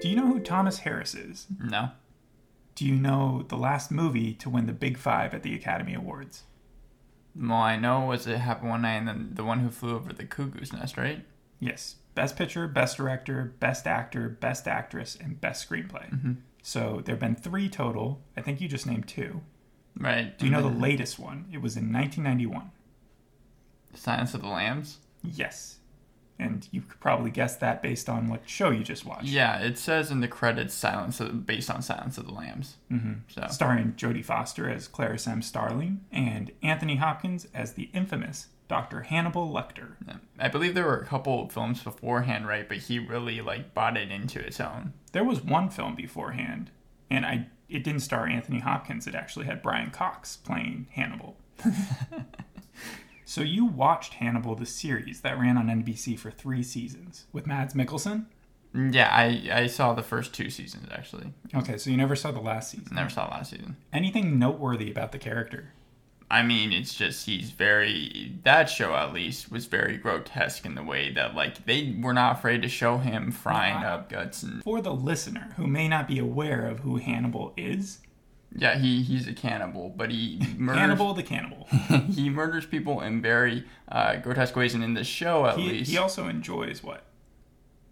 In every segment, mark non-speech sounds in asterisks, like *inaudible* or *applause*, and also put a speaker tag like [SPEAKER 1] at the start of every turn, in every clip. [SPEAKER 1] Do you know who Thomas Harris is?
[SPEAKER 2] No.
[SPEAKER 1] Do you know the last movie to win the Big Five at the Academy Awards?
[SPEAKER 2] Well, I know was it happened one night and then the one who flew over the cuckoo's nest, right?
[SPEAKER 1] Yes. Best Picture, Best Director, Best Actor, Best Actress, and Best Screenplay. So there have been three total. I think you just named two.
[SPEAKER 2] Right.
[SPEAKER 1] Do you know the
[SPEAKER 2] And
[SPEAKER 1] latest one? It was in 1991.
[SPEAKER 2] then Silence of the Lambs?
[SPEAKER 1] Yes. And you could probably guess that based on what show you just watched.
[SPEAKER 2] Yeah, it says in the credits Silence of, based on Silence of the Lambs. Mm-hmm. So
[SPEAKER 1] Starring Jodie Foster as Clarice M. Starling and Anthony Hopkins as the infamous Dr. Hannibal Lecter.
[SPEAKER 2] I believe there were a couple of films beforehand, right? But he really like bought it into his own.
[SPEAKER 1] There was one film beforehand, and I it didn't star Anthony Hopkins. It actually had Brian Cox playing Hannibal. so you watched Hannibal the series that ran on NBC for three seasons with Mads Mikkelsen.
[SPEAKER 2] Yeah, I I saw the first two seasons actually.
[SPEAKER 1] Okay, so you never saw the last season.
[SPEAKER 2] Never saw last season.
[SPEAKER 1] Anything noteworthy about the character?
[SPEAKER 2] I mean, it's just he's very that show at least was very grotesque in the way that like they were not afraid to show him frying
[SPEAKER 1] No, I-
[SPEAKER 2] up guts and
[SPEAKER 1] For the listener who may not be aware of who Hannibal is,
[SPEAKER 2] yeah, he he's a cannibal,
[SPEAKER 1] *laughs*
[SPEAKER 2] but he murders
[SPEAKER 1] Hannibal the cannibal.
[SPEAKER 2] *laughs* he murders people in very uh, grotesque ways, and in the show at
[SPEAKER 1] He,
[SPEAKER 2] least,
[SPEAKER 1] he also enjoys what?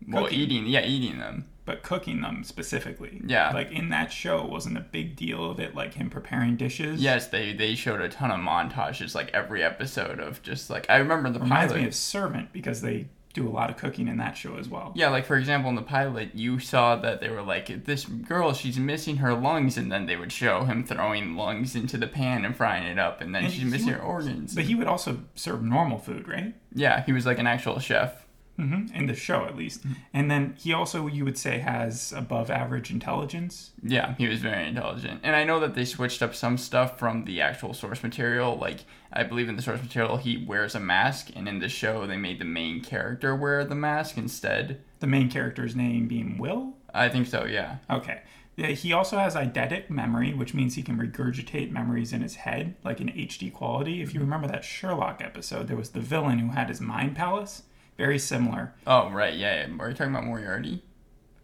[SPEAKER 2] well,
[SPEAKER 1] cooking.
[SPEAKER 2] eating yeah, eating them.
[SPEAKER 1] but cooking them specifically.
[SPEAKER 2] Yeah.
[SPEAKER 1] Like in that show wasn't a big deal of it, like him preparing dishes.
[SPEAKER 2] Yes, they they showed a ton of montages, like every episode of just like I remember the
[SPEAKER 1] Reminds
[SPEAKER 2] pilot.
[SPEAKER 1] me of Servant because they do a lot of cooking in that show as well.
[SPEAKER 2] yeah, like for example, in the pilot, you saw that they were like, "This girl, she's missing her lungs," and then they would show him throwing lungs into the pan and frying it up, and then
[SPEAKER 1] And
[SPEAKER 2] she's
[SPEAKER 1] he
[SPEAKER 2] missing
[SPEAKER 1] would-
[SPEAKER 2] her organs.
[SPEAKER 1] But he would also serve normal food, right?
[SPEAKER 2] yeah, he was like an actual chef.
[SPEAKER 1] hmm In the show, at least. And then he also, you would say, has above average intelligence.
[SPEAKER 2] Yeah, he was very intelligent, and I know that they switched up some stuff from the actual source material. Like I believe in the source material, he wears a mask, and in the show, they made the main character wear the mask instead.
[SPEAKER 1] The main character's name being Will.
[SPEAKER 2] I think so. Yeah.
[SPEAKER 1] Okay. Yeah, He also has eidetic memory, which means he can regurgitate memories in his head, like in HD quality. If you remember that Sherlock episode, there was the villain who had his mind palace. Very similar.
[SPEAKER 2] Oh right, yeah. yeah. Are you talking about Moriarty?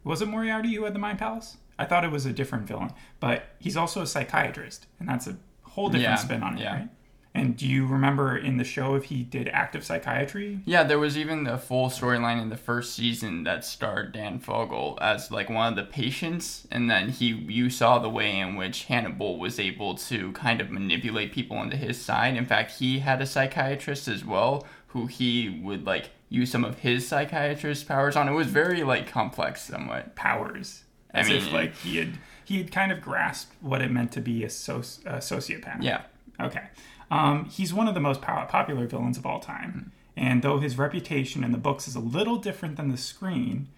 [SPEAKER 1] Was it Moriarty who had the mind palace? I thought it was a different villain, but he's also a psychiatrist, and that's a whole different
[SPEAKER 2] Yeah,
[SPEAKER 1] spin on it,
[SPEAKER 2] yeah.
[SPEAKER 1] right? And do you remember in the show if he did active psychiatry?
[SPEAKER 2] Yeah, there was even the full storyline in the first season that starred Dan Fogel as like one of the patients, and then he you saw the way in which Hannibal was able to kind of manipulate people into his side. In fact, he had a psychiatrist as well who he would like use some of his psychiatrist powers on. It was very like complex somewhat.
[SPEAKER 1] Powers.
[SPEAKER 2] I
[SPEAKER 1] As
[SPEAKER 2] mean,
[SPEAKER 1] if like he had he had kind of grasped what it meant to be a, soci- a sociopath.
[SPEAKER 2] Yeah.
[SPEAKER 1] Okay. Um, he's one of the most pow- popular villains of all time. And though his reputation in the books is a little different than the screen,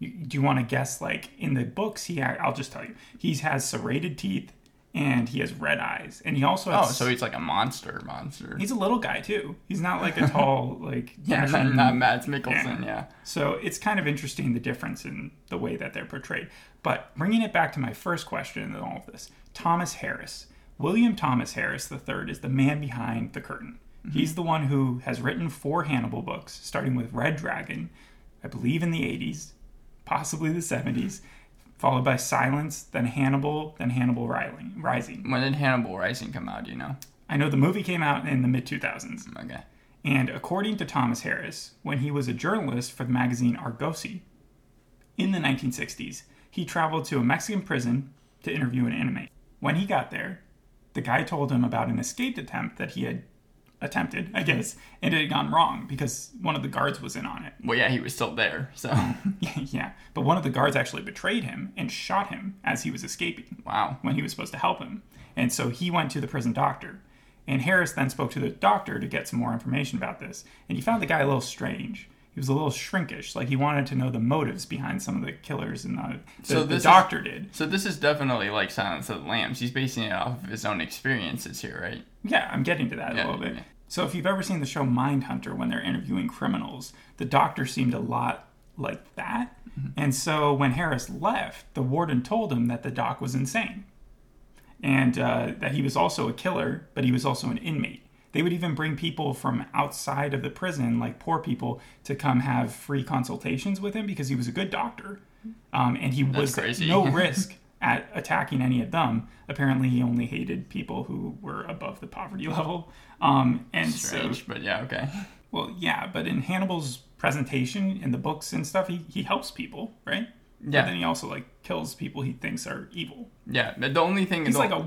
[SPEAKER 1] you, do you want to guess? Like in the books, he ha- I'll just tell you, he has serrated teeth and he has red eyes, and he also
[SPEAKER 2] Oh,
[SPEAKER 1] has.
[SPEAKER 2] so he's like a monster monster.
[SPEAKER 1] he's a little guy too. He's not like
[SPEAKER 2] *laughs*
[SPEAKER 1] a tall like.
[SPEAKER 2] yeah, *laughs* not,
[SPEAKER 1] dashing-
[SPEAKER 2] not Mads Mikkelsen,
[SPEAKER 1] Yeah.
[SPEAKER 2] yeah.
[SPEAKER 1] so it's kind of interesting the difference in the way that they're portrayed. But bringing it back to my first question in all of this Thomas Harris. William Thomas Harris III is the man behind the curtain. He's the one who has written four Hannibal books, starting with Red Dragon, I believe in the 80s, possibly the 70s, followed by Silence, then Hannibal, then Hannibal Riling- Rising.
[SPEAKER 2] When did Hannibal Rising come out, do you know?
[SPEAKER 1] I know the movie came out in the mid 2000s.
[SPEAKER 2] Okay.
[SPEAKER 1] And according to Thomas Harris, when he was a journalist for the magazine Argosy in the 1960s, he traveled to a Mexican prison to interview an inmate. When he got there, the guy told him about an escaped attempt that he had attempted, I guess, and it had gone wrong because one of the guards was in on it. *laughs*
[SPEAKER 2] Well, yeah, he was still there, so *laughs*
[SPEAKER 1] yeah, but one of the guards actually betrayed him and shot him as he was escaping
[SPEAKER 2] wow.
[SPEAKER 1] when he was supposed to help him. And so he went to the prison doctor. And Harris then spoke to the doctor to get some more information about this. And he found the guy a little strange. He was a little shrinkish, like he wanted to know the motives behind some of the killers and the, the,
[SPEAKER 2] So
[SPEAKER 1] the
[SPEAKER 2] this is-
[SPEAKER 1] doctor did.
[SPEAKER 2] So this is definitely like Silence of the Lambs. He's basing it off of his own experiences here, right?
[SPEAKER 1] Yeah, I'm getting to that a
[SPEAKER 2] Yeah,
[SPEAKER 1] little bit.
[SPEAKER 2] yeah.
[SPEAKER 1] So if you've ever seen the show Mindhunter when they're interviewing criminals, the doctor seemed a lot like that.
[SPEAKER 2] Mm-hmm.
[SPEAKER 1] And so when Harris left, the warden told him that the doc was insane and uh, that he was also a killer, but he was also an inmate. They would even bring people from outside of the prison, like poor people, to come have free consultations with him because he was a good doctor. Um, and he was
[SPEAKER 2] Mm-hmm. crazy.
[SPEAKER 1] no
[SPEAKER 2] *laughs*
[SPEAKER 1] risk at attacking any of them. Apparently, he only hated people who were above the poverty *laughs* level. Um, and so,
[SPEAKER 2] Strange, but yeah, okay.
[SPEAKER 1] well, yeah, but in Hannibal's presentation in the books and stuff, he, he helps people, right? But then
[SPEAKER 2] Yeah,
[SPEAKER 1] he also like kills people he thinks are evil.
[SPEAKER 2] yeah. The only thing
[SPEAKER 1] He's
[SPEAKER 2] the,
[SPEAKER 1] like a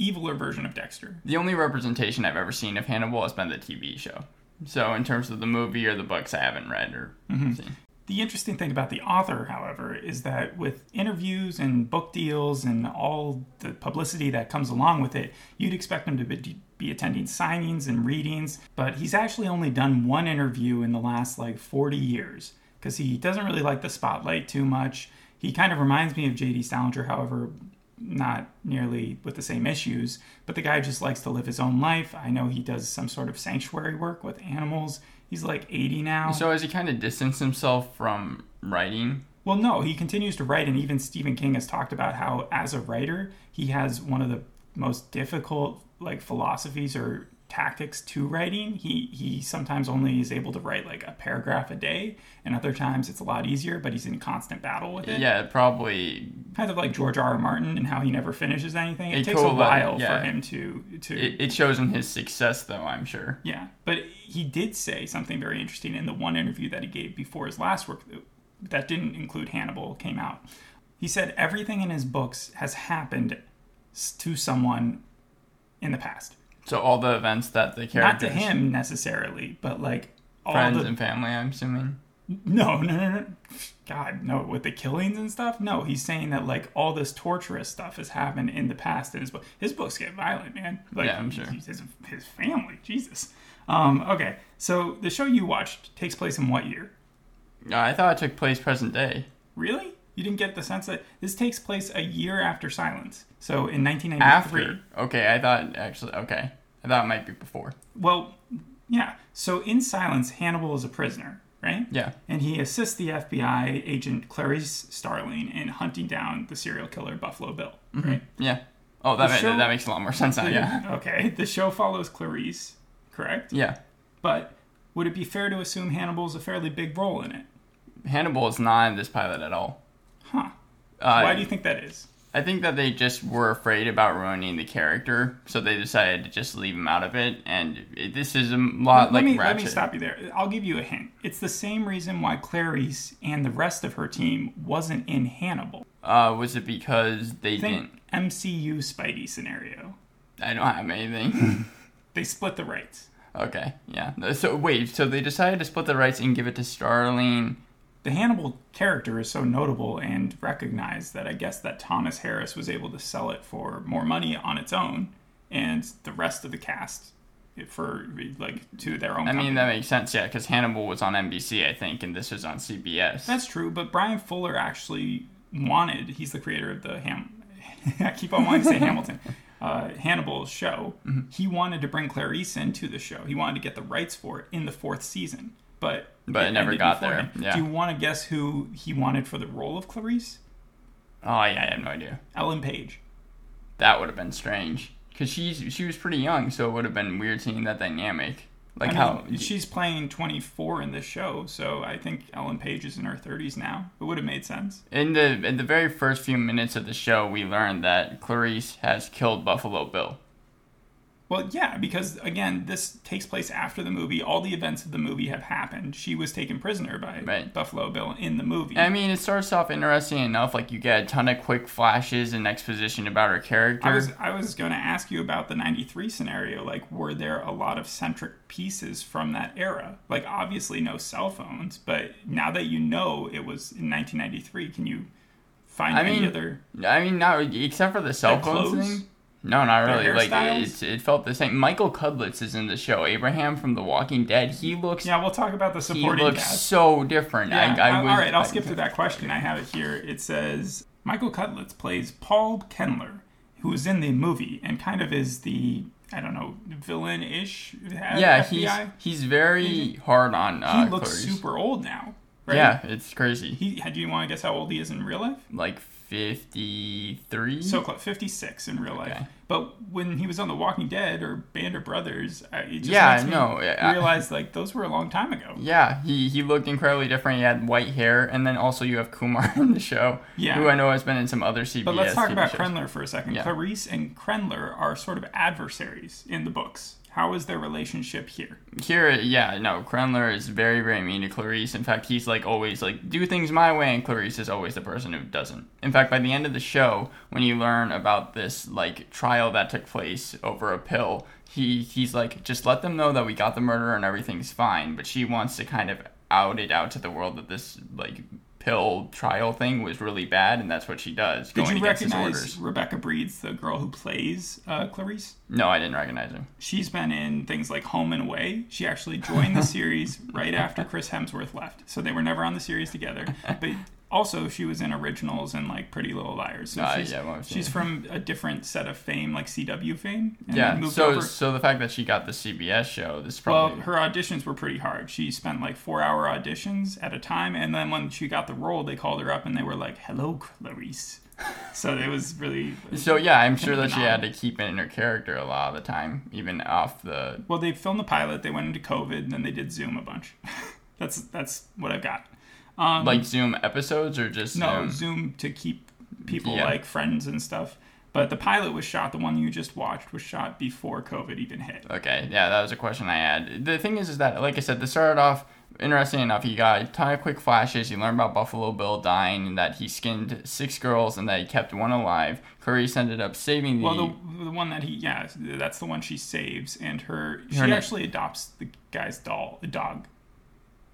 [SPEAKER 1] eviler version of Dexter.
[SPEAKER 2] the only representation I've ever seen of Hannibal has been the TV show. So in terms of the movie or the books, I haven't read or
[SPEAKER 1] Mm-hmm.
[SPEAKER 2] seen.
[SPEAKER 1] The interesting thing about the author, however, is that with interviews and book deals and all the publicity that comes along with it, you'd expect him to be, be attending signings and readings, but he's actually only done one interview in the last like 40 years because he doesn't really like the spotlight too much. He kind of reminds me of J.D. Salinger, however, not nearly with the same issues, but the guy just likes to live his own life. I know he does some sort of sanctuary work with animals. He's like 80 now.
[SPEAKER 2] So has he kind of distanced himself from writing?
[SPEAKER 1] Well, no, he continues to write, and even Stephen King has talked about how, as a writer, he has one of the most difficult like philosophies or tactics to writing. He he sometimes only is able to write like a paragraph a day, and other times it's a lot easier. But he's in constant battle with it,
[SPEAKER 2] Yeah, probably.
[SPEAKER 1] kind of like George R. R. Martin and how he never finishes anything. It,
[SPEAKER 2] It
[SPEAKER 1] takes a
[SPEAKER 2] cool, but-
[SPEAKER 1] while
[SPEAKER 2] yeah.
[SPEAKER 1] for him to to
[SPEAKER 2] It, it shows in his success, though. I'm sure.
[SPEAKER 1] yeah, but he did say something very interesting in the one interview that he gave before his last work that didn't include Hannibal came out. He said everything in his books has happened s- to someone in the past.
[SPEAKER 2] So all the events that the
[SPEAKER 1] Not
[SPEAKER 2] characters,
[SPEAKER 1] to him necessarily, but like all
[SPEAKER 2] friends
[SPEAKER 1] the
[SPEAKER 2] and family, I'm assuming.
[SPEAKER 1] no, no, no, no. God, no, with the killings and stuff? No, he's saying that like all this torturous stuff has happened in the past in his book. His books get violent, man. Like
[SPEAKER 2] Yeah, I'm
[SPEAKER 1] he-
[SPEAKER 2] sure.
[SPEAKER 1] he- his, his family, Jesus. Um, okay. So the show you watched takes place in what year?
[SPEAKER 2] Uh, I thought it took place present day.
[SPEAKER 1] Really? You didn't get the sense that this takes place a year after Silence. So in 1993.
[SPEAKER 2] After. Okay, I thought actually. Okay, I thought it might be before.
[SPEAKER 1] Well, yeah. So in Silence, Hannibal is a prisoner, right?
[SPEAKER 2] Yeah.
[SPEAKER 1] And he assists the FBI agent Clarice Starling in hunting down the serial killer Buffalo Bill, right?
[SPEAKER 2] Yeah. Oh, that
[SPEAKER 1] The
[SPEAKER 2] ma-
[SPEAKER 1] show-
[SPEAKER 2] that makes a lot more sense now. Mm-hmm.
[SPEAKER 1] *laughs*
[SPEAKER 2] Yeah.
[SPEAKER 1] Okay. The show follows Clarice, correct?
[SPEAKER 2] Yeah.
[SPEAKER 1] But would it be fair to assume Hannibal's a fairly big role in it?
[SPEAKER 2] Hannibal is not in this pilot at all.
[SPEAKER 1] Huh.
[SPEAKER 2] Uh,
[SPEAKER 1] Why do you think that is?
[SPEAKER 2] I think that they just were afraid about ruining the character, so they decided to just leave him out of it. And it, this is a m- lot
[SPEAKER 1] let
[SPEAKER 2] Uh, like
[SPEAKER 1] me
[SPEAKER 2] Ratchet.
[SPEAKER 1] let me stop you there. I'll give you a hint. It's the same reason why Clarice and the rest of her team wasn't in Hannibal.
[SPEAKER 2] Uh, was it because they
[SPEAKER 1] Think
[SPEAKER 2] didn't?
[SPEAKER 1] MCU Spidey scenario.
[SPEAKER 2] I don't have anything. *laughs*
[SPEAKER 1] They split the rights.
[SPEAKER 2] okay. Yeah. So wait. So they decided to split the rights and give it to Starling.
[SPEAKER 1] The Hannibal character is so notable and recognized that I guess that Thomas Harris was able to sell it for more money on its own, and the rest of the cast for like to their own.
[SPEAKER 2] I
[SPEAKER 1] company.
[SPEAKER 2] mean, that makes sense, yeah, because Hannibal was on NBC, I think, and this was on CBS.
[SPEAKER 1] That's true, but Brian Fuller actually wanted, he's the creator of the Ham. *laughs* I keep on wanting to say Hamilton. Uh, Hannibal's show.
[SPEAKER 2] Mm-hmm.
[SPEAKER 1] He wanted to bring Clarice into the show. He wanted to get the rights for it in the fourth season, but
[SPEAKER 2] But it never
[SPEAKER 1] ended
[SPEAKER 2] got there,
[SPEAKER 1] beforehand.
[SPEAKER 2] yeah.
[SPEAKER 1] Do you want to guess who he wanted for the role of Clarice?
[SPEAKER 2] oh, yeah, I have no idea.
[SPEAKER 1] Ellen Page.
[SPEAKER 2] That would have been strange, because she's she was pretty young, so it would have been weird seeing that dynamic. Like
[SPEAKER 1] I mean,
[SPEAKER 2] how
[SPEAKER 1] she's playing 24 in this show, so I think Ellen Page is in her 30s now. It would have made sense.
[SPEAKER 2] in the in the very first few minutes of the show, we learned that Clarice has killed Buffalo Bill.
[SPEAKER 1] Well, yeah, because again, this takes place after the movie. All the events of the movie have happened. She was taken prisoner by
[SPEAKER 2] Right.
[SPEAKER 1] Buffalo Bill in the movie.
[SPEAKER 2] I mean, it starts off interesting enough. Like you get a ton of quick flashes and exposition about her character.
[SPEAKER 1] I was I was going to ask you about the '93 scenario. Like, were there a lot of centric pieces from that era? Like, obviously, no cell phones. But now that you know it was in 1993, can you find
[SPEAKER 2] I
[SPEAKER 1] any
[SPEAKER 2] mean,
[SPEAKER 1] other?
[SPEAKER 2] I mean, not really- except for the cell
[SPEAKER 1] Their
[SPEAKER 2] phone
[SPEAKER 1] clothes?
[SPEAKER 2] thing. No, not
[SPEAKER 1] Their
[SPEAKER 2] really. Like
[SPEAKER 1] hairstyles?
[SPEAKER 2] it's, it felt the same. Michael Cudlitz is in the show. Abraham from The Walking Dead. He looks
[SPEAKER 1] Yeah, we'll talk about the
[SPEAKER 2] he
[SPEAKER 1] supporting
[SPEAKER 2] looks
[SPEAKER 1] cast.
[SPEAKER 2] so different.
[SPEAKER 1] Yeah,
[SPEAKER 2] I, I
[SPEAKER 1] all-
[SPEAKER 2] was,
[SPEAKER 1] all right, I'll
[SPEAKER 2] I-
[SPEAKER 1] skip to that question. I have it here. It says Michael Cutlitz plays Paul Kendler, who is in the movie and kind of is the I don't know villain ish.
[SPEAKER 2] Yeah, uh,
[SPEAKER 1] FBI.
[SPEAKER 2] he's he's very hard on.
[SPEAKER 1] he
[SPEAKER 2] Uh,
[SPEAKER 1] looks
[SPEAKER 2] Clarice.
[SPEAKER 1] super old now. right?
[SPEAKER 2] Yeah, it's crazy.
[SPEAKER 1] He, do you want to guess how old he is in real life?
[SPEAKER 2] Like 53?
[SPEAKER 1] So close, 56 in real life.
[SPEAKER 2] Mm-hmm. Okay.
[SPEAKER 1] But when he was on The Walking Dead or Band of Brothers, I, it just
[SPEAKER 2] Yeah,
[SPEAKER 1] makes me
[SPEAKER 2] no, yeah, I-
[SPEAKER 1] realize like those were a long time ago.
[SPEAKER 2] yeah, he, he looked incredibly different. He had white hair, and then also you have Kumar *laughs* in the show,
[SPEAKER 1] Yeah.
[SPEAKER 2] who I know has been in some other CBS.
[SPEAKER 1] But let's talk
[SPEAKER 2] TV
[SPEAKER 1] about
[SPEAKER 2] shows.
[SPEAKER 1] Krenler for a second.
[SPEAKER 2] Yeah.
[SPEAKER 1] Clarice and Krenler are sort of adversaries in the books. How is their relationship here?
[SPEAKER 2] Here, yeah, no, Krenler is very, very mean to Clarice. In fact, he's like always like do things my way, and Clarice is always the person who doesn't. In fact, by the end of the show, when you learn about this like trial that took place over a pill, he he's like just let them know that we got the murderer and everything's fine. But she wants to kind of out it out to the world that this like pill trial thing was really bad, and that's what she does.
[SPEAKER 1] Did
[SPEAKER 2] going
[SPEAKER 1] you
[SPEAKER 2] against his
[SPEAKER 1] recognize
[SPEAKER 2] orders.
[SPEAKER 1] Rebecca Breeds, the girl who plays uh, Clarice?
[SPEAKER 2] No, I didn't recognize him.
[SPEAKER 1] She's been in things like Home and Away. She actually joined the *laughs* series right after Chris Hemsworth left, so they were never on the series *laughs* together. But also, she was in originals and like Pretty Little Liars. So
[SPEAKER 2] Ah,
[SPEAKER 1] she's,
[SPEAKER 2] yeah, well, I've seen
[SPEAKER 1] she's
[SPEAKER 2] it.
[SPEAKER 1] from a different set of fame, like CW fame. And then
[SPEAKER 2] Yeah,
[SPEAKER 1] moved
[SPEAKER 2] so
[SPEAKER 1] over.
[SPEAKER 2] so the fact that she got the CBS show, this
[SPEAKER 1] Well,
[SPEAKER 2] probably
[SPEAKER 1] her auditions were pretty hard. She spent like four hour auditions at a time, and then when she got the role, they called her up and they were like, "Hello, Clarice." so it was really
[SPEAKER 2] *laughs* So yeah, I'm sure that she had to
[SPEAKER 1] phenomenal.
[SPEAKER 2] keep it in her character a lot of the time, even off the.
[SPEAKER 1] well. They filmed the pilot, they went into COVID, and then they did Zoom a bunch. *laughs* that's that's what I've got. Um,
[SPEAKER 2] Like Zoom episodes or just
[SPEAKER 1] no
[SPEAKER 2] Zoom?
[SPEAKER 1] Zoom to keep people
[SPEAKER 2] Yeah.
[SPEAKER 1] like friends and stuff. But the pilot was shot. The one you just watched was shot before COVID even hit.
[SPEAKER 2] Okay, yeah, that was a question I had. The thing is, is that like I said, this started off interesting enough. You got a ton of quick flashes. You learn about Buffalo Bill dying and that he skinned six girls and that he kept one alive. Clarice ended up saving the.
[SPEAKER 1] Well, the, the one that he yeah, that's the one she saves, and her she
[SPEAKER 2] Her na-
[SPEAKER 1] actually adopts the guy's doll, the dog.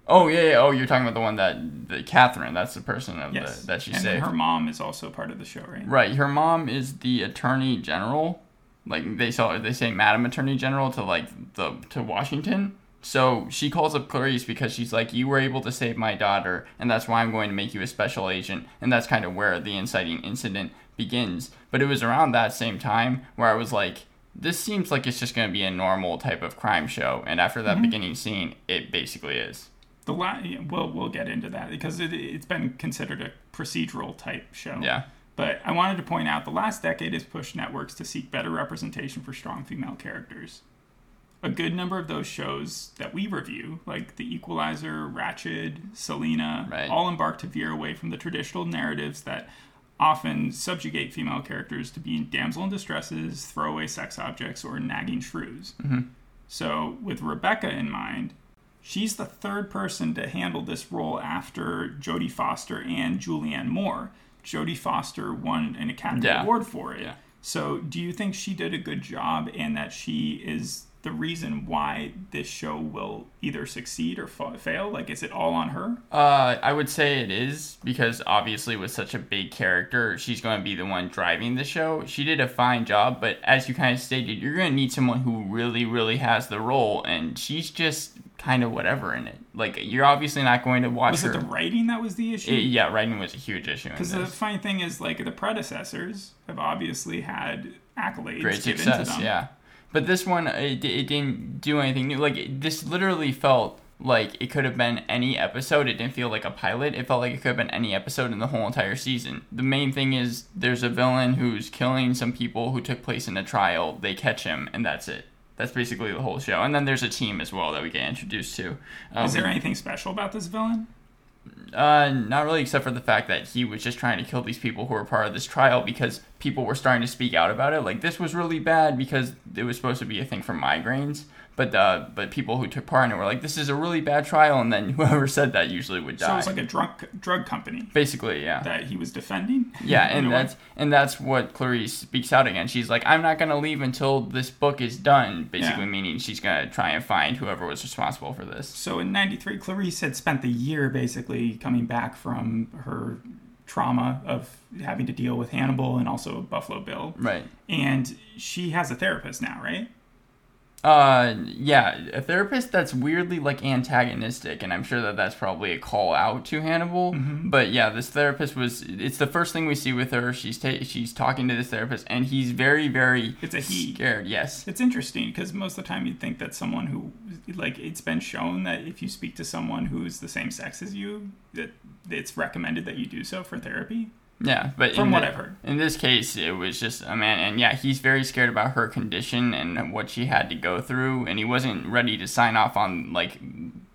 [SPEAKER 2] oh yeah, yeah, oh you're talking about the one that the Catherine. That's the person of
[SPEAKER 1] Yes,
[SPEAKER 2] the, that she
[SPEAKER 1] and
[SPEAKER 2] saved.
[SPEAKER 1] her mom is also part of the show, right?
[SPEAKER 2] Right, her mom is the attorney general. Like they saw, they say Madam Attorney General to like the to Washington. So she calls up Clarice because she's like, "You were able to save my daughter, and that's why I'm going to make you a special agent." And that's kind of where the inciting incident begins. But it was around that same time where I was like, "This seems like it's just going to be a normal type of crime show." And after that beginning scene, it basically is.
[SPEAKER 1] The la- yeah, we'll we'll get into that because it, it's been considered a procedural type show.
[SPEAKER 2] Yeah.
[SPEAKER 1] But I wanted to point out the last decade has pushed networks to seek better representation for strong female characters. A good number of those shows that we review, like The Equalizer, Ratchet, Selena,
[SPEAKER 2] Right.
[SPEAKER 1] all embark to veer away from the traditional narratives that often subjugate female characters to being damsel in distresses, throwaway sex objects, or nagging shrews. So, with Rebecca in mind, she's the third person to handle this role after Jodie Foster and Julianne Moore. Jodie Foster won an Academy
[SPEAKER 2] Yeah.
[SPEAKER 1] Award for it.
[SPEAKER 2] Yeah.
[SPEAKER 1] So, do you think she did a good job and that she is the reason why this show will either succeed or fa- fail? Like, is it all on her?
[SPEAKER 2] Uh, I would say it is because obviously with such a big character, she's going to be the one driving the show. She did a fine job, but as you kind of stated, you're going to need someone who really, really has the role, and she's just kind of whatever in it. Like you're obviously not going to watch
[SPEAKER 1] Was
[SPEAKER 2] her.
[SPEAKER 1] it the writing that was the issue?
[SPEAKER 2] It- yeah, writing was a huge issue. In
[SPEAKER 1] Because the
[SPEAKER 2] this.
[SPEAKER 1] funny thing is, like, the predecessors have obviously had accolades
[SPEAKER 2] Great
[SPEAKER 1] given to
[SPEAKER 2] success,
[SPEAKER 1] them.
[SPEAKER 2] yeah. But this one, uh, it, di- it didn't do anything new. Like it- this literally felt like it could have been any episode. It didn't feel like a pilot. It felt like it could have been any episode in the whole entire season. The main thing is there's a villain who's killing some people who took place in a trial. They catch him, and that's it. That's basically the whole show. And then there's a team as well that we get introduced to. Um,
[SPEAKER 1] Is there anything special about this villain?
[SPEAKER 2] uh, not really, except for the fact that he was just trying to kill these people who were part of this trial because people were starting to speak out about it. Like this was really bad because it was supposed to be a thing for migraines, but uh, but people who took part in it were like, "This is a really bad trial," and then *laughs* whoever said that usually would
[SPEAKER 1] So it
[SPEAKER 2] die.
[SPEAKER 1] was like a drunk drug company
[SPEAKER 2] Basically, yeah.
[SPEAKER 1] that he was defending.
[SPEAKER 2] Yeah,
[SPEAKER 1] *laughs* In a
[SPEAKER 2] and
[SPEAKER 1] way.
[SPEAKER 2] that's and that's what Clarice speaks out against. She's like, "I'm not gonna leave until this book is done," basically
[SPEAKER 1] Yeah.
[SPEAKER 2] meaning she's gonna try and find whoever was responsible for this.
[SPEAKER 1] so in '93, Clarice had spent the year basically coming back from her trauma of having to deal with Hannibal and also Buffalo Bill,
[SPEAKER 2] Right.
[SPEAKER 1] and she has a therapist now, right?
[SPEAKER 2] Uh, yeah, a therapist that's weirdly like antagonistic, and I'm sure that that's probably a call out to Hannibal.
[SPEAKER 1] Mm-hmm.
[SPEAKER 2] But yeah, this therapist was—it's the first thing we see with her. She's ta- she's talking to this therapist, and he's very, very
[SPEAKER 1] It's a he.
[SPEAKER 2] scared. Yes,
[SPEAKER 1] It's interesting because most of the time you'd think that someone who like it's been shown that if you speak to someone who's the same sex as you, that it's recommended that you do so for therapy.
[SPEAKER 2] Yeah, but
[SPEAKER 1] From
[SPEAKER 2] in
[SPEAKER 1] what
[SPEAKER 2] the-
[SPEAKER 1] I've heard.
[SPEAKER 2] in this case, it was just a man, and yeah, he's very scared about her condition and what she had to go through, and he wasn't ready to sign off on like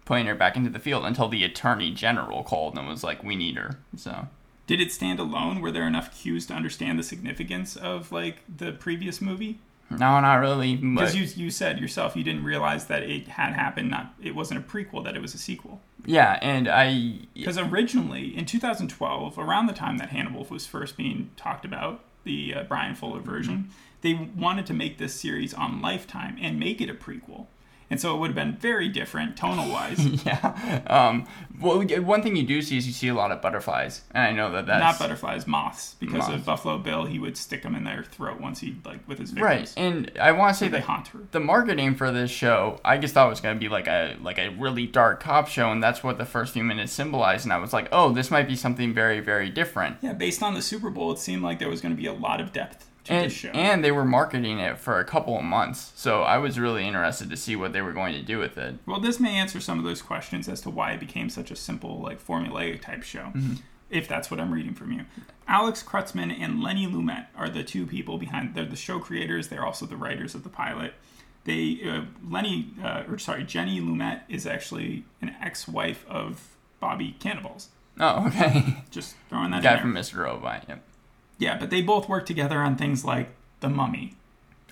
[SPEAKER 2] putting her back into the field until the attorney general called and was like, "We need her." So
[SPEAKER 1] Did it stand alone? Were there enough cues to understand the significance of like the previous movie?
[SPEAKER 2] no, not really. But
[SPEAKER 1] Because you you said yourself you didn't realize that it had happened. Not it wasn't a prequel. That it was a sequel.
[SPEAKER 2] yeah, and I *laughs*
[SPEAKER 1] Because originally, in 2012, around the time that Hannibal was first being talked about, the uh, Brian Fuller
[SPEAKER 2] Mm-hmm.
[SPEAKER 1] version, they wanted to make this series on Lifetime and make it a prequel. And so it would have been very different tonal
[SPEAKER 2] *laughs*
[SPEAKER 1] wise.
[SPEAKER 2] yeah. Um, well, one thing you do see is you see a lot of butterflies, and I know that that's
[SPEAKER 1] Not butterflies, moths. Because
[SPEAKER 2] Moths.
[SPEAKER 1] of Buffalo Bill, he would stick them in their throat once he, like, with his
[SPEAKER 2] right.
[SPEAKER 1] victims.
[SPEAKER 2] And I want to say
[SPEAKER 1] They
[SPEAKER 2] that
[SPEAKER 1] haunt her.
[SPEAKER 2] the marketing for this show, I just thought it was gonna be like a like a really dark cop show, and that's what the first few minutes symbolized. And I was like, oh, this might be something very very different.
[SPEAKER 1] Yeah, based on the Super Bowl, it seemed like there was going to be a lot of depth to
[SPEAKER 2] And,
[SPEAKER 1] this show.
[SPEAKER 2] and they were marketing it for a couple of months, so I was really interested to see what they were going to do with it.
[SPEAKER 1] Well, this may answer some of those questions as to why it became such a simple, like, formulaic type show,
[SPEAKER 2] Mm-hmm.
[SPEAKER 1] if that's what I'm reading from you. Alex Krutzman and Lenny Lumet are the two people behind. They're the show creators. They're also the writers of the pilot. They uh, Lenny, uh, or sorry, Jenny Lumet is actually an ex-wife of Bobby Cannibals.
[SPEAKER 2] Oh, *laughs* okay.
[SPEAKER 1] Just throwing that in
[SPEAKER 2] Guy
[SPEAKER 1] there.
[SPEAKER 2] from Mr. Robot. Yep.
[SPEAKER 1] yeah, but they both work together on things like The Mummy,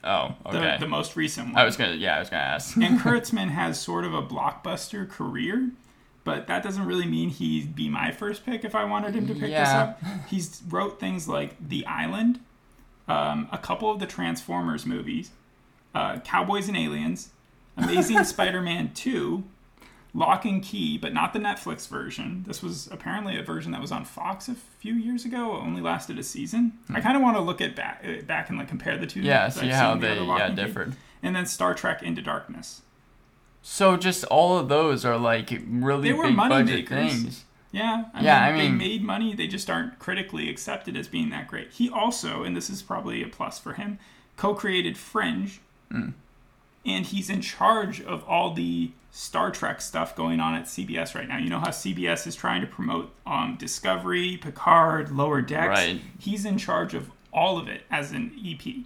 [SPEAKER 2] Oh,
[SPEAKER 1] the,
[SPEAKER 2] okay.
[SPEAKER 1] the most recent one.
[SPEAKER 2] I was gonna. Yeah, I was gonna ask.
[SPEAKER 1] and Kurtzman has sort of a blockbuster career, but that doesn't really mean he'd be my first pick if I wanted him to pick
[SPEAKER 2] Yeah. *laughs*
[SPEAKER 1] this up. He's wrote things like The Island, um, a couple of the Transformers movies, uh, Cowboys and Aliens, Amazing
[SPEAKER 2] *laughs*
[SPEAKER 1] Spider-Man Two, Lock and Key, but not the Netflix version. This was apparently a version that was on Fox a few years ago. It only lasted a season. I kind of want to look at back, uh, back and like compare the two.
[SPEAKER 2] Hmm. Yeah,
[SPEAKER 1] because
[SPEAKER 2] see
[SPEAKER 1] I've
[SPEAKER 2] how
[SPEAKER 1] seen the
[SPEAKER 2] they
[SPEAKER 1] other Lock
[SPEAKER 2] yeah
[SPEAKER 1] and Key.
[SPEAKER 2] differed.
[SPEAKER 1] And then Star Trek Into Darkness.
[SPEAKER 2] So just all of those are like really
[SPEAKER 1] They were
[SPEAKER 2] big
[SPEAKER 1] money
[SPEAKER 2] budget
[SPEAKER 1] makers.
[SPEAKER 2] things.
[SPEAKER 1] Yeah, I
[SPEAKER 2] Yeah,
[SPEAKER 1] mean,
[SPEAKER 2] I mean-
[SPEAKER 1] they made money. They just aren't critically accepted as being that great. He also, and this is probably a plus for him, co-created Fringe,
[SPEAKER 2] Hmm.
[SPEAKER 1] and he's in charge of all the Star Trek stuff going on at CBS right now. You know how CBS is trying to promote um, Discovery, Picard, Lower Decks.
[SPEAKER 2] Right.
[SPEAKER 1] He's in charge of all of it as an E EP.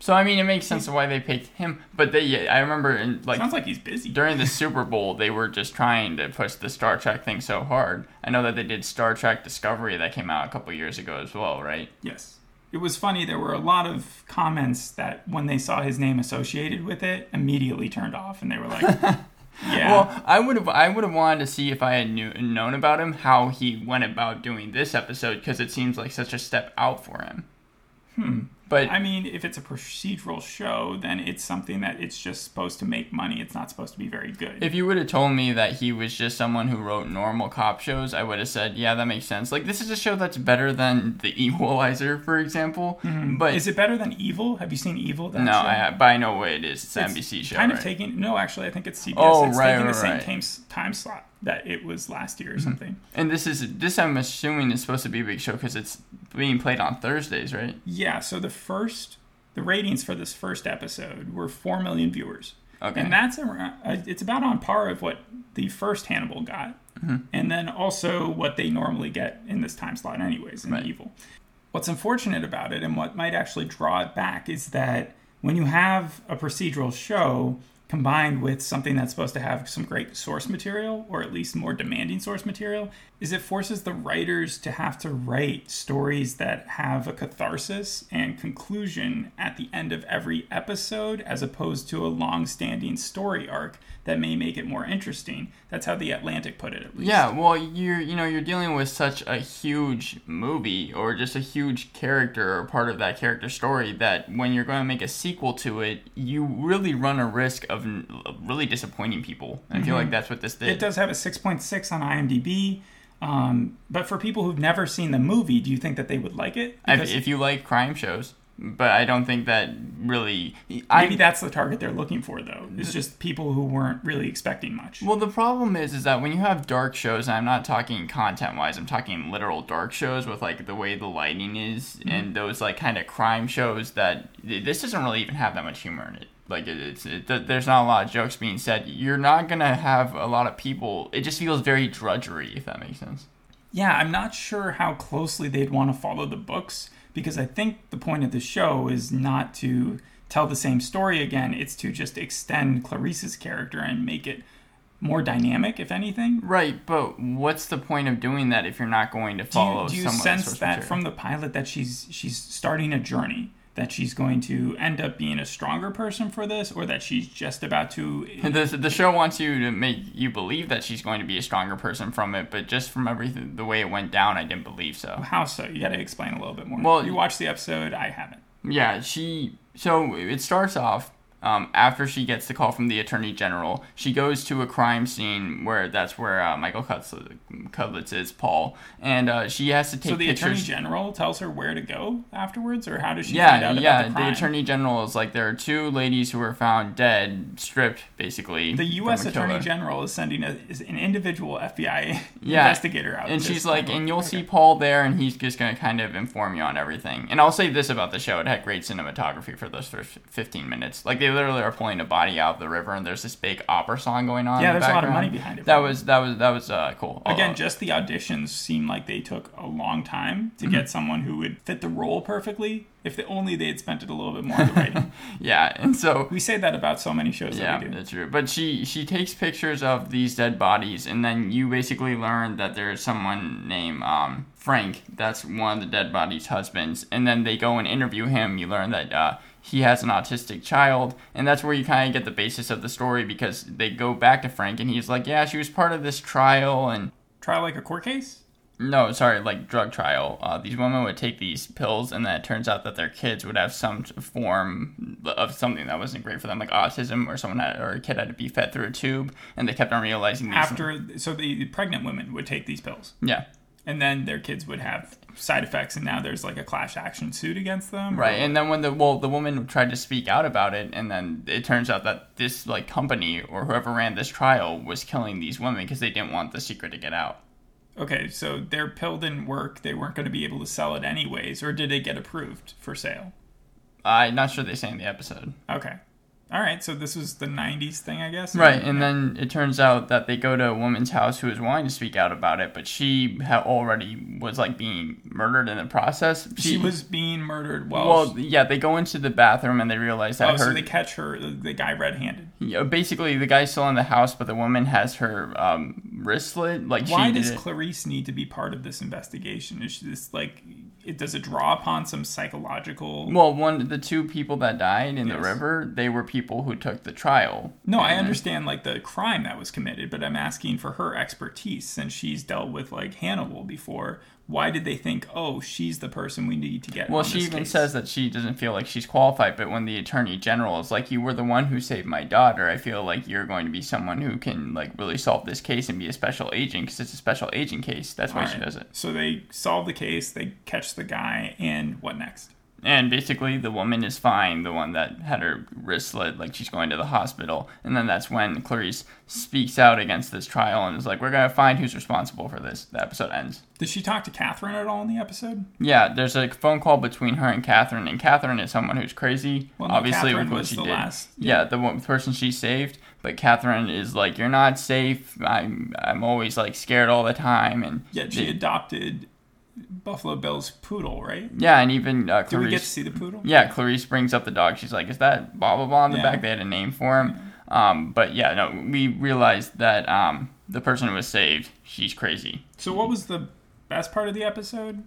[SPEAKER 2] So I mean, it makes sense why they picked him. But they, yeah, I remember in like
[SPEAKER 1] Sounds like he's busy.
[SPEAKER 2] during the Super Bowl, they were just trying to push the Star Trek thing so hard. I know that they did Star Trek Discovery that came out a couple years ago as well, right?
[SPEAKER 1] Yes. It was funny. There were a lot of comments that when they saw his name associated with it, immediately turned off, and they
[SPEAKER 2] *laughs*
[SPEAKER 1] were like, "Yeah,
[SPEAKER 2] Well, I would have I would have wanted to see if I had knew, known about him how he went about doing this episode because it seems like such a step out for him. Hmm. But
[SPEAKER 1] I mean, if it's a procedural show, then it's something that it's just supposed to make money. It's not supposed to be very good.
[SPEAKER 2] If you would have told me that he was just someone who wrote normal cop shows, I would have said, yeah, that makes sense. Like, this is a show that's better than The Equalizer, for example. But
[SPEAKER 1] Mm-hmm. Is it better than Evil? Have you seen Evil? That
[SPEAKER 2] no,
[SPEAKER 1] show?
[SPEAKER 2] I, by no way it is. It's an
[SPEAKER 1] It's
[SPEAKER 2] NBC show.
[SPEAKER 1] Kind
[SPEAKER 2] right?
[SPEAKER 1] of taking no, actually, I think it's CBS.
[SPEAKER 2] Oh,
[SPEAKER 1] it's
[SPEAKER 2] right,
[SPEAKER 1] taking
[SPEAKER 2] right,
[SPEAKER 1] the same
[SPEAKER 2] right. Mm-hmm.
[SPEAKER 1] time, time slot that it was last year or something.
[SPEAKER 2] and this is this I'm assuming is supposed to be a big show because it's being played on Thursdays, right?
[SPEAKER 1] Yeah. So the first, the ratings for this first episode were four million viewers.
[SPEAKER 2] Okay.
[SPEAKER 1] And that's around, uh, it's about on par of what the first Hannibal got, and then also what they normally get in this time slot, anyways, in
[SPEAKER 2] Right.
[SPEAKER 1] Evil. What's unfortunate about it, and what might actually draw it back, is that when you have a procedural show combined with something that's supposed to have some great source material, or at least more demanding source material, is it forces the writers to have to write stories that have a catharsis and conclusion at the end of every episode, as opposed to a long-standing story arc that may make it more interesting. That's how The Atlantic put it, at least.
[SPEAKER 2] Yeah, well, you're you know you're dealing with such a huge movie or just a huge character or part of that character story that when you're going to make a sequel to it, you really run a risk of n- of really disappointing people. And I feel like that's what this did.
[SPEAKER 1] Mm-hmm. It does have a 6.6 on IMDb. Um, but for people who've never seen the movie, do you think that they would like it?
[SPEAKER 2] I-
[SPEAKER 1] Because
[SPEAKER 2] if you like crime shows, but I don't think that really. I
[SPEAKER 1] maybe that's the target they're looking for, though. It's just people who weren't really expecting much.
[SPEAKER 2] Well, the problem is, is that when you have dark shows, and I'm not talking content-wise, I'm talking literal dark shows with like the way the Mm-hmm. lighting is, and those like kind of crime shows that th- this doesn't really even have that much humor in it. Like it, it's it, th- there's not a lot of jokes being said. You're not gonna have a lot of people. It just feels very drudgery, if that makes sense.
[SPEAKER 1] Yeah, I'm not sure how closely they'd want to follow the books because I think the point of the show is not to tell the same story again, it's to just extend Clarice's character and make it more dynamic, if anything.
[SPEAKER 2] Right, but what's the point of doing that if you're not going to
[SPEAKER 1] Do
[SPEAKER 2] follow?
[SPEAKER 1] you, do you
[SPEAKER 2] someone's
[SPEAKER 1] sense
[SPEAKER 2] source
[SPEAKER 1] that
[SPEAKER 2] material?
[SPEAKER 1] from the pilot that she's she's starting a journey? That she's going to end up being a stronger person for this, or that she's just about to.
[SPEAKER 2] The, the show wants you to make you believe that she's going to be a stronger person from it, but just from everything the way it went down, I didn't believe so.
[SPEAKER 1] How so? You got to explain a little bit more.
[SPEAKER 2] Well,
[SPEAKER 1] you watched the episode. I haven't.
[SPEAKER 2] Yeah, she. So it starts off um, after she gets the call from the attorney general. She goes to a crime scene where that's where uh, Michael Cutlets, Cutlets is Paul, and uh, she has to take
[SPEAKER 1] So the
[SPEAKER 2] pictures.
[SPEAKER 1] attorney general tells her where to go afterwards, or how does she find
[SPEAKER 2] yeah,
[SPEAKER 1] out
[SPEAKER 2] yeah.
[SPEAKER 1] about the
[SPEAKER 2] The,
[SPEAKER 1] crime?
[SPEAKER 2] attorney general is like there are two ladies who were found dead, stripped basically.
[SPEAKER 1] the U.S.
[SPEAKER 2] from a killer.
[SPEAKER 1] attorney general is sending a, is an individual FBI *laughs*
[SPEAKER 2] Yeah.
[SPEAKER 1] investigator out,
[SPEAKER 2] and
[SPEAKER 1] to
[SPEAKER 2] she's
[SPEAKER 1] stop
[SPEAKER 2] like,
[SPEAKER 1] her.
[SPEAKER 2] and you'll see Paul there, and he's just gonna kind of inform you on everything. And I'll say this about the show: it had great cinematography for those first fifteen minutes. Like they literally are pulling a body out of the river, and there's this big opera song going on.
[SPEAKER 1] Yeah,
[SPEAKER 2] in the
[SPEAKER 1] there's a lot of
[SPEAKER 2] background.
[SPEAKER 1] money behind it.
[SPEAKER 2] That was that was that was uh, cool.
[SPEAKER 1] Again,
[SPEAKER 2] Uh,
[SPEAKER 1] just the auditions seem like they took a long time to
[SPEAKER 2] Mhm.
[SPEAKER 1] get someone who would fit the role perfectly. If they, only they had spent it a little bit more on the
[SPEAKER 2] *laughs*
[SPEAKER 1] writing.
[SPEAKER 2] yeah, and so
[SPEAKER 1] we say that about so many shows
[SPEAKER 2] yeah,
[SPEAKER 1] that we do.
[SPEAKER 2] that's true. But she she takes pictures of these dead bodies, and then you basically learn that there's someone named um, Frank. That's one of the dead bodies' husbands, and then they go and interview him. You learn that uh, he has an autistic child, and that's where you kind of get the basis of the story because they go back to Frank, and he's like, "Yeah, she was part of this trial, and
[SPEAKER 1] Try like a court case.
[SPEAKER 2] no, sorry, like drug trial. Uh, these women would take these pills, and then it turns out that their kids would have some t- form of something that wasn't great for them, like autism, or someone had, or a kid had to be fed through a tube, and they kept on realizing these.
[SPEAKER 1] After, so the pregnant women would take these pills,
[SPEAKER 2] yeah,
[SPEAKER 1] and then their kids would have side effects, and now there's like a class action suit against them.
[SPEAKER 2] right. And then when the well, the woman tried to speak out about it, and then it turns out that this like company or whoever ran this trial was killing these women because they didn't want the secret to get out.
[SPEAKER 1] Okay, so their pill didn't work. They weren't going to be able to sell it anyways, or did it get approved for sale?
[SPEAKER 2] I'm not sure they say in the episode.
[SPEAKER 1] Okay. All right, so this was the 90s thing, I guess.
[SPEAKER 2] Right, and then it turns out that they go to a woman's house who is wanting to speak out about it, but she had already was like being murdered in the process.
[SPEAKER 1] she was being murdered while
[SPEAKER 2] well, yeah. They go into the bathroom and they realize that
[SPEAKER 1] Oh,
[SPEAKER 2] her
[SPEAKER 1] so they catch her, the- the guy red-handed.
[SPEAKER 2] yeah, basically the guy's still in the house, but the woman has her um, wristlet. Like
[SPEAKER 1] Why
[SPEAKER 2] she did
[SPEAKER 1] does
[SPEAKER 2] it.
[SPEAKER 1] Clarice need to be part of this investigation? Is this like, it does it draw upon some psychological?
[SPEAKER 2] Well, one the two people that died in the
[SPEAKER 1] Yes.
[SPEAKER 2] river, they were people who took the trial.
[SPEAKER 1] No, I understand like the crime that was committed, but I'm asking for her expertise since she's dealt with like Hannibal before. Why did they think, oh, she's the person we need to get?
[SPEAKER 2] Well,
[SPEAKER 1] on
[SPEAKER 2] she
[SPEAKER 1] this
[SPEAKER 2] even
[SPEAKER 1] case?
[SPEAKER 2] says that she doesn't feel like she's qualified, but when the attorney general is like, "You were the one who saved my daughter," I feel like you're going to be someone who can like really solve this case and be a special agent because it's a special agent case. That's why
[SPEAKER 1] All
[SPEAKER 2] she
[SPEAKER 1] right.
[SPEAKER 2] does it.
[SPEAKER 1] So they solve the case, they catch the guy, and what next?
[SPEAKER 2] And basically, the woman is fine, the one that had her wrist slit, like she's going to the hospital. And then that's when Clarice speaks out against this trial and is like, "We're gonna find who's responsible for this." The episode ends.
[SPEAKER 1] Did she talk to Catherine at all in the episode?
[SPEAKER 2] Yeah, there's a phone call between her and Catherine, and Catherine is someone who's crazy.
[SPEAKER 1] Well, no,
[SPEAKER 2] obviously,
[SPEAKER 1] Catherine
[SPEAKER 2] with what
[SPEAKER 1] was
[SPEAKER 2] she
[SPEAKER 1] the
[SPEAKER 2] did.
[SPEAKER 1] last-
[SPEAKER 2] yeah. the one person she saved, but Catherine is like, "You're not safe. I'm, I'm always like scared all the time." And
[SPEAKER 1] Yet she
[SPEAKER 2] they-
[SPEAKER 1] adopted Buffalo Bill's poodle, right?
[SPEAKER 2] yeah, and even uh,
[SPEAKER 1] Do we get
[SPEAKER 2] Clarice.
[SPEAKER 1] to see the poodle?
[SPEAKER 2] yeah, Clarice brings up the dog. She's like, "Is that blah blah blah on the
[SPEAKER 1] Yeah.
[SPEAKER 2] back?" They had a name for him. Um, but yeah, no, we realized that um, the person who was saved, she's crazy.
[SPEAKER 1] So what was the best part of the episode?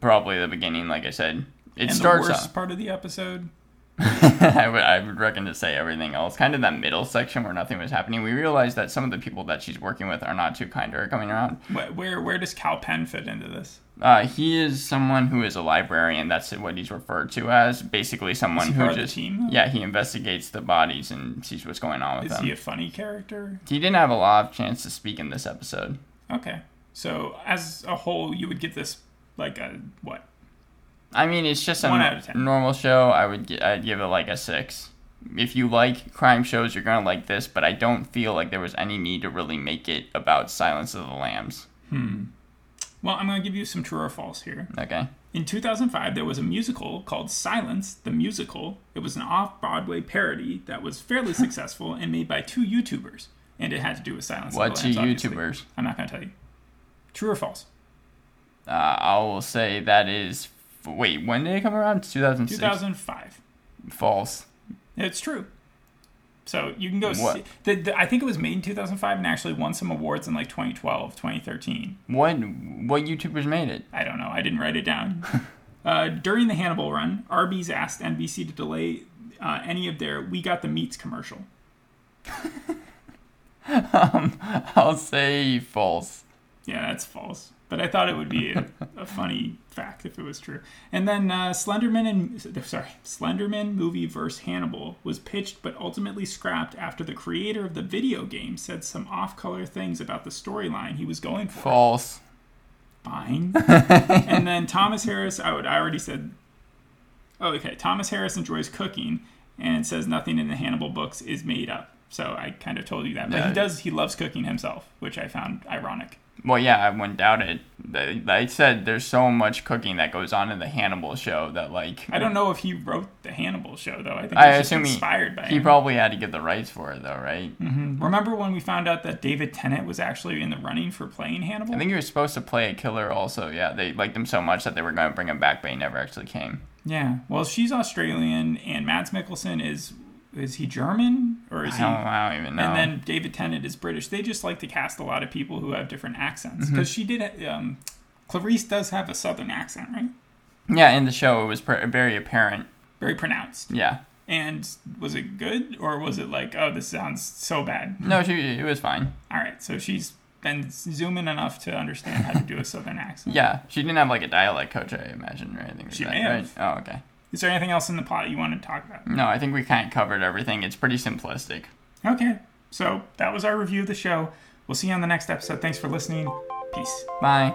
[SPEAKER 2] Probably the beginning, like I said. It
[SPEAKER 1] and
[SPEAKER 2] starts
[SPEAKER 1] the worst
[SPEAKER 2] off.
[SPEAKER 1] part of the episode?
[SPEAKER 2] *laughs* I would I would reckon to say everything else. Kind of that middle section where nothing was happening. We realized that some of the people that she's working with are not too kind to her coming around.
[SPEAKER 1] Where where, where does Cal Penn fit into this?
[SPEAKER 2] Uh, he is someone who is a librarian. That's what he's referred to as. Basically, someone
[SPEAKER 1] Is he
[SPEAKER 2] who
[SPEAKER 1] part of the
[SPEAKER 2] just
[SPEAKER 1] team, though?
[SPEAKER 2] yeah he investigates the bodies and sees what's going on with
[SPEAKER 1] Is
[SPEAKER 2] them.
[SPEAKER 1] he a funny character?
[SPEAKER 2] He didn't have a lot of chance to speak in this episode.
[SPEAKER 1] Okay. So as a whole, you would give this like a what?
[SPEAKER 2] I mean, it's just a
[SPEAKER 1] One out of ten.
[SPEAKER 2] normal show. I would gi- I'd give it like a six. If you like crime shows, you're gonna like this. But I don't feel like there was any need to really make it about Silence of the Lambs.
[SPEAKER 1] Well, I'm going to give you some true or false here.
[SPEAKER 2] Okay.
[SPEAKER 1] In 2005, there was a musical called Silence, the Musical. It was an off Broadway parody that was fairly successful and made by two YouTubers. And it had to do with Silence. of
[SPEAKER 2] What
[SPEAKER 1] the Lambs,
[SPEAKER 2] two
[SPEAKER 1] obviously.
[SPEAKER 2] YouTubers?
[SPEAKER 1] I'm not going to tell you. True or false?
[SPEAKER 2] Uh, I will say that is. Wait, when did it come around? 2006.
[SPEAKER 1] 2005.
[SPEAKER 2] False.
[SPEAKER 1] It's true. So you can go
[SPEAKER 2] What?
[SPEAKER 1] see. The, the, I think it was made in 2005 and actually won some awards in like 2012, 2013.
[SPEAKER 2] What? What YouTubers made it? *laughs*
[SPEAKER 1] I don't know. I didn't write it down. uh, during the Hannibal run, Arby's asked NBC to delay uh, any of their "We Got the Meats" commercial.
[SPEAKER 2] I'll say false.
[SPEAKER 1] Yeah, that's false. But I thought it would be a, a funny fact if it was true. And then uh, Slenderman and sorry, Slenderman movie versus Hannibal was pitched but ultimately scrapped after the creator of the video game said some off-color things about the storyline he was going for.
[SPEAKER 2] False.
[SPEAKER 1] fine. and then Thomas Harris, I would I already said. Oh, okay. Thomas Harris enjoys cooking and says nothing in the Hannibal books is made up. So I kind of told you that, but
[SPEAKER 2] Yeah.
[SPEAKER 1] he does. He loves cooking himself, which I found ironic.
[SPEAKER 2] Well, yeah, I wouldn't doubt it. They, they said there's so much cooking that goes on in the Hannibal show that like
[SPEAKER 1] I don't know if he wrote the Hannibal show though. I think it was
[SPEAKER 2] I
[SPEAKER 1] just
[SPEAKER 2] assume he-
[SPEAKER 1] inspired by
[SPEAKER 2] He
[SPEAKER 1] him.
[SPEAKER 2] probably had to get the rights for it though, right?
[SPEAKER 1] Hmm. Remember when we found out that David Tennant was actually in the running for playing Hannibal?
[SPEAKER 2] I think he was supposed to play a killer also. Yeah, they liked him so much that they were going to bring him back, but he never actually came.
[SPEAKER 1] yeah. Well, she's Australian, and Mads Mikkelsen is is he German or is
[SPEAKER 2] I
[SPEAKER 1] he?
[SPEAKER 2] don't, I don't even know.
[SPEAKER 1] And then David Tennant is British. They just like to cast a lot of people who have different
[SPEAKER 2] Mm-hmm.
[SPEAKER 1] accents because she did. Um, Clarice does have a southern accent, right?
[SPEAKER 2] yeah, in the show it was pr- very apparent.
[SPEAKER 1] Very pronounced.
[SPEAKER 2] Yeah.
[SPEAKER 1] And was it good or was it like, oh, this sounds so bad?
[SPEAKER 2] No, she, it was fine.
[SPEAKER 1] All right, so she's been zooming enough to understand how to do a southern accent.
[SPEAKER 2] Yeah, she didn't have like a dialect coach, I imagine, or anything. like
[SPEAKER 1] She
[SPEAKER 2] that,
[SPEAKER 1] may have.
[SPEAKER 2] Right? Oh, okay.
[SPEAKER 1] Is there anything else in the plot you want to talk about?
[SPEAKER 2] No, I think we kind of covered everything. It's pretty simplistic.
[SPEAKER 1] Okay, so that was our review of the show. We'll see you on the next episode. Thanks for listening. Peace.
[SPEAKER 2] Bye.